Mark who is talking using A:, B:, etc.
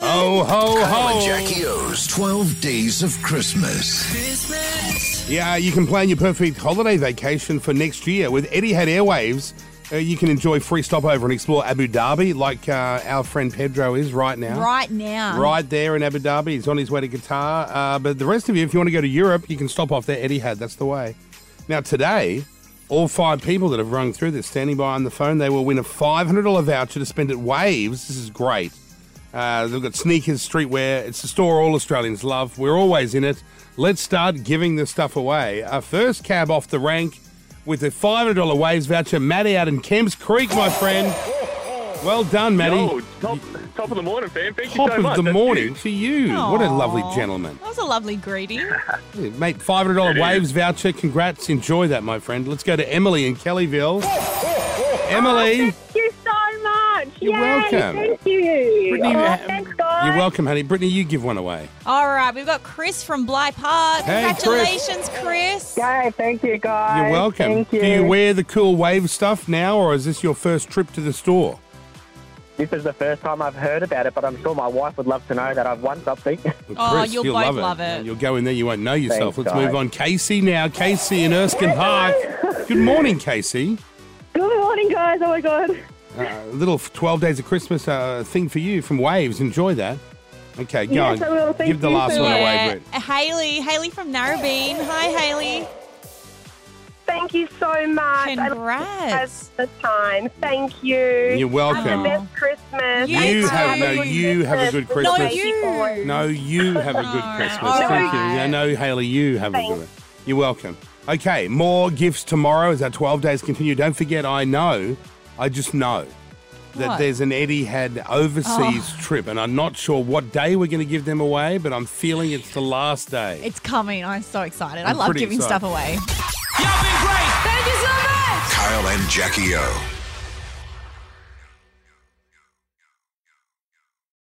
A: Ho, Oh, ho,
B: Kyle and
A: ho.
B: Jackie O's 12 Days of Christmas.
A: Yeah, you can plan your perfect holiday vacation for next year with Etihad Airwaves. Uh, you can enjoy free stopover and explore Abu Dhabi, like uh, our friend Pedro is right now.
C: Right now.
A: Right there in Abu Dhabi. He's on his way to Qatar. Uh, but the rest of you, if you want to go to Europe, you can stop off there. Etihad, that's the way. Now, today, all five people that have rung through this standing by on the phone, they will win a $500 voucher to spend at Waves. This is great. Uh, they've got sneakers, streetwear. It's a store all Australians love. We're always in it. Let's start giving this stuff away. Our first cab off the rank with a $500 Waves voucher, Matty out in Kemps Creek, my friend. Well done, Matty.
D: Oh, top, top of the morning, fam. Thank
A: Top
D: you so
A: of
D: much.
A: the
D: That's
A: morning
D: huge.
A: to you. What a lovely
C: Aw.
A: gentleman.
C: That was a lovely greeting.
A: Yeah, Mate, $500 waves voucher. Congrats. Enjoy that, my friend. Let's go to Emily in Kellyville. Emily,
E: Thank you so much.
A: You're
E: Yay,
A: welcome.
E: Thank you.
A: Brittany,
E: oh,
A: uh,
E: thanks, guys.
A: you're welcome, honey. Brittany, you give one away.
C: All right, we've got Chris from Bly Park.
A: Hey, Chris.
C: Congratulations, Chris.
E: Yay, thank you, guys.
A: You're welcome.
E: Thank you.
A: Do you wear the cool wave stuff now, or is this your first trip to the store?
F: This is the first time I've heard about it, but I'm sure my wife would love to know that I've won something.
A: Well,
C: Oh,
A: Chris,
C: you'll
A: you'll
C: both
A: love,
C: love
A: it.
C: it.
A: You'll go in there, you won't know yourself.
F: Thanks,
A: Let's move
F: guys.
A: on. Casey now. Casey in Erskine Park. Good morning, Casey.
E: Good morning, guys. Oh, my God.
A: Uh, little 12 Days of Christmas uh, thing for you from Waves. Enjoy that. Okay, go
E: Yes, I will.
A: on.
E: Thank
A: Give the
E: you
A: last
E: so
A: one
E: much.
A: away, Britt.
C: Haley, Haley from Narrabeen. Hi, Haley.
E: Thank you so much.
C: Congrats.
E: I love the time. Thank you.
A: You're welcome.
E: Have the best Christmas.
C: You You too. have-
A: no, you have a good Christmas.
C: No, you.
A: No, you have a good
C: No,
A: Christmas.
C: all
A: Thank you.
C: right.
A: Yeah, no, Haley, you have a
E: Thanks.
A: good one. You're welcome. Okay, more gifts tomorrow as our 12 days continue. Don't forget, I know, I just know that
C: What?
A: there's an Eddie had overseas trip, and I'm not sure what day we're going to give them away, but I'm feeling it's the last day.
C: It's coming. I'm so excited. i
A: I'm
C: love
A: pretty
C: giving
A: excited.
C: stuff away.
B: Kyle and Jackie O.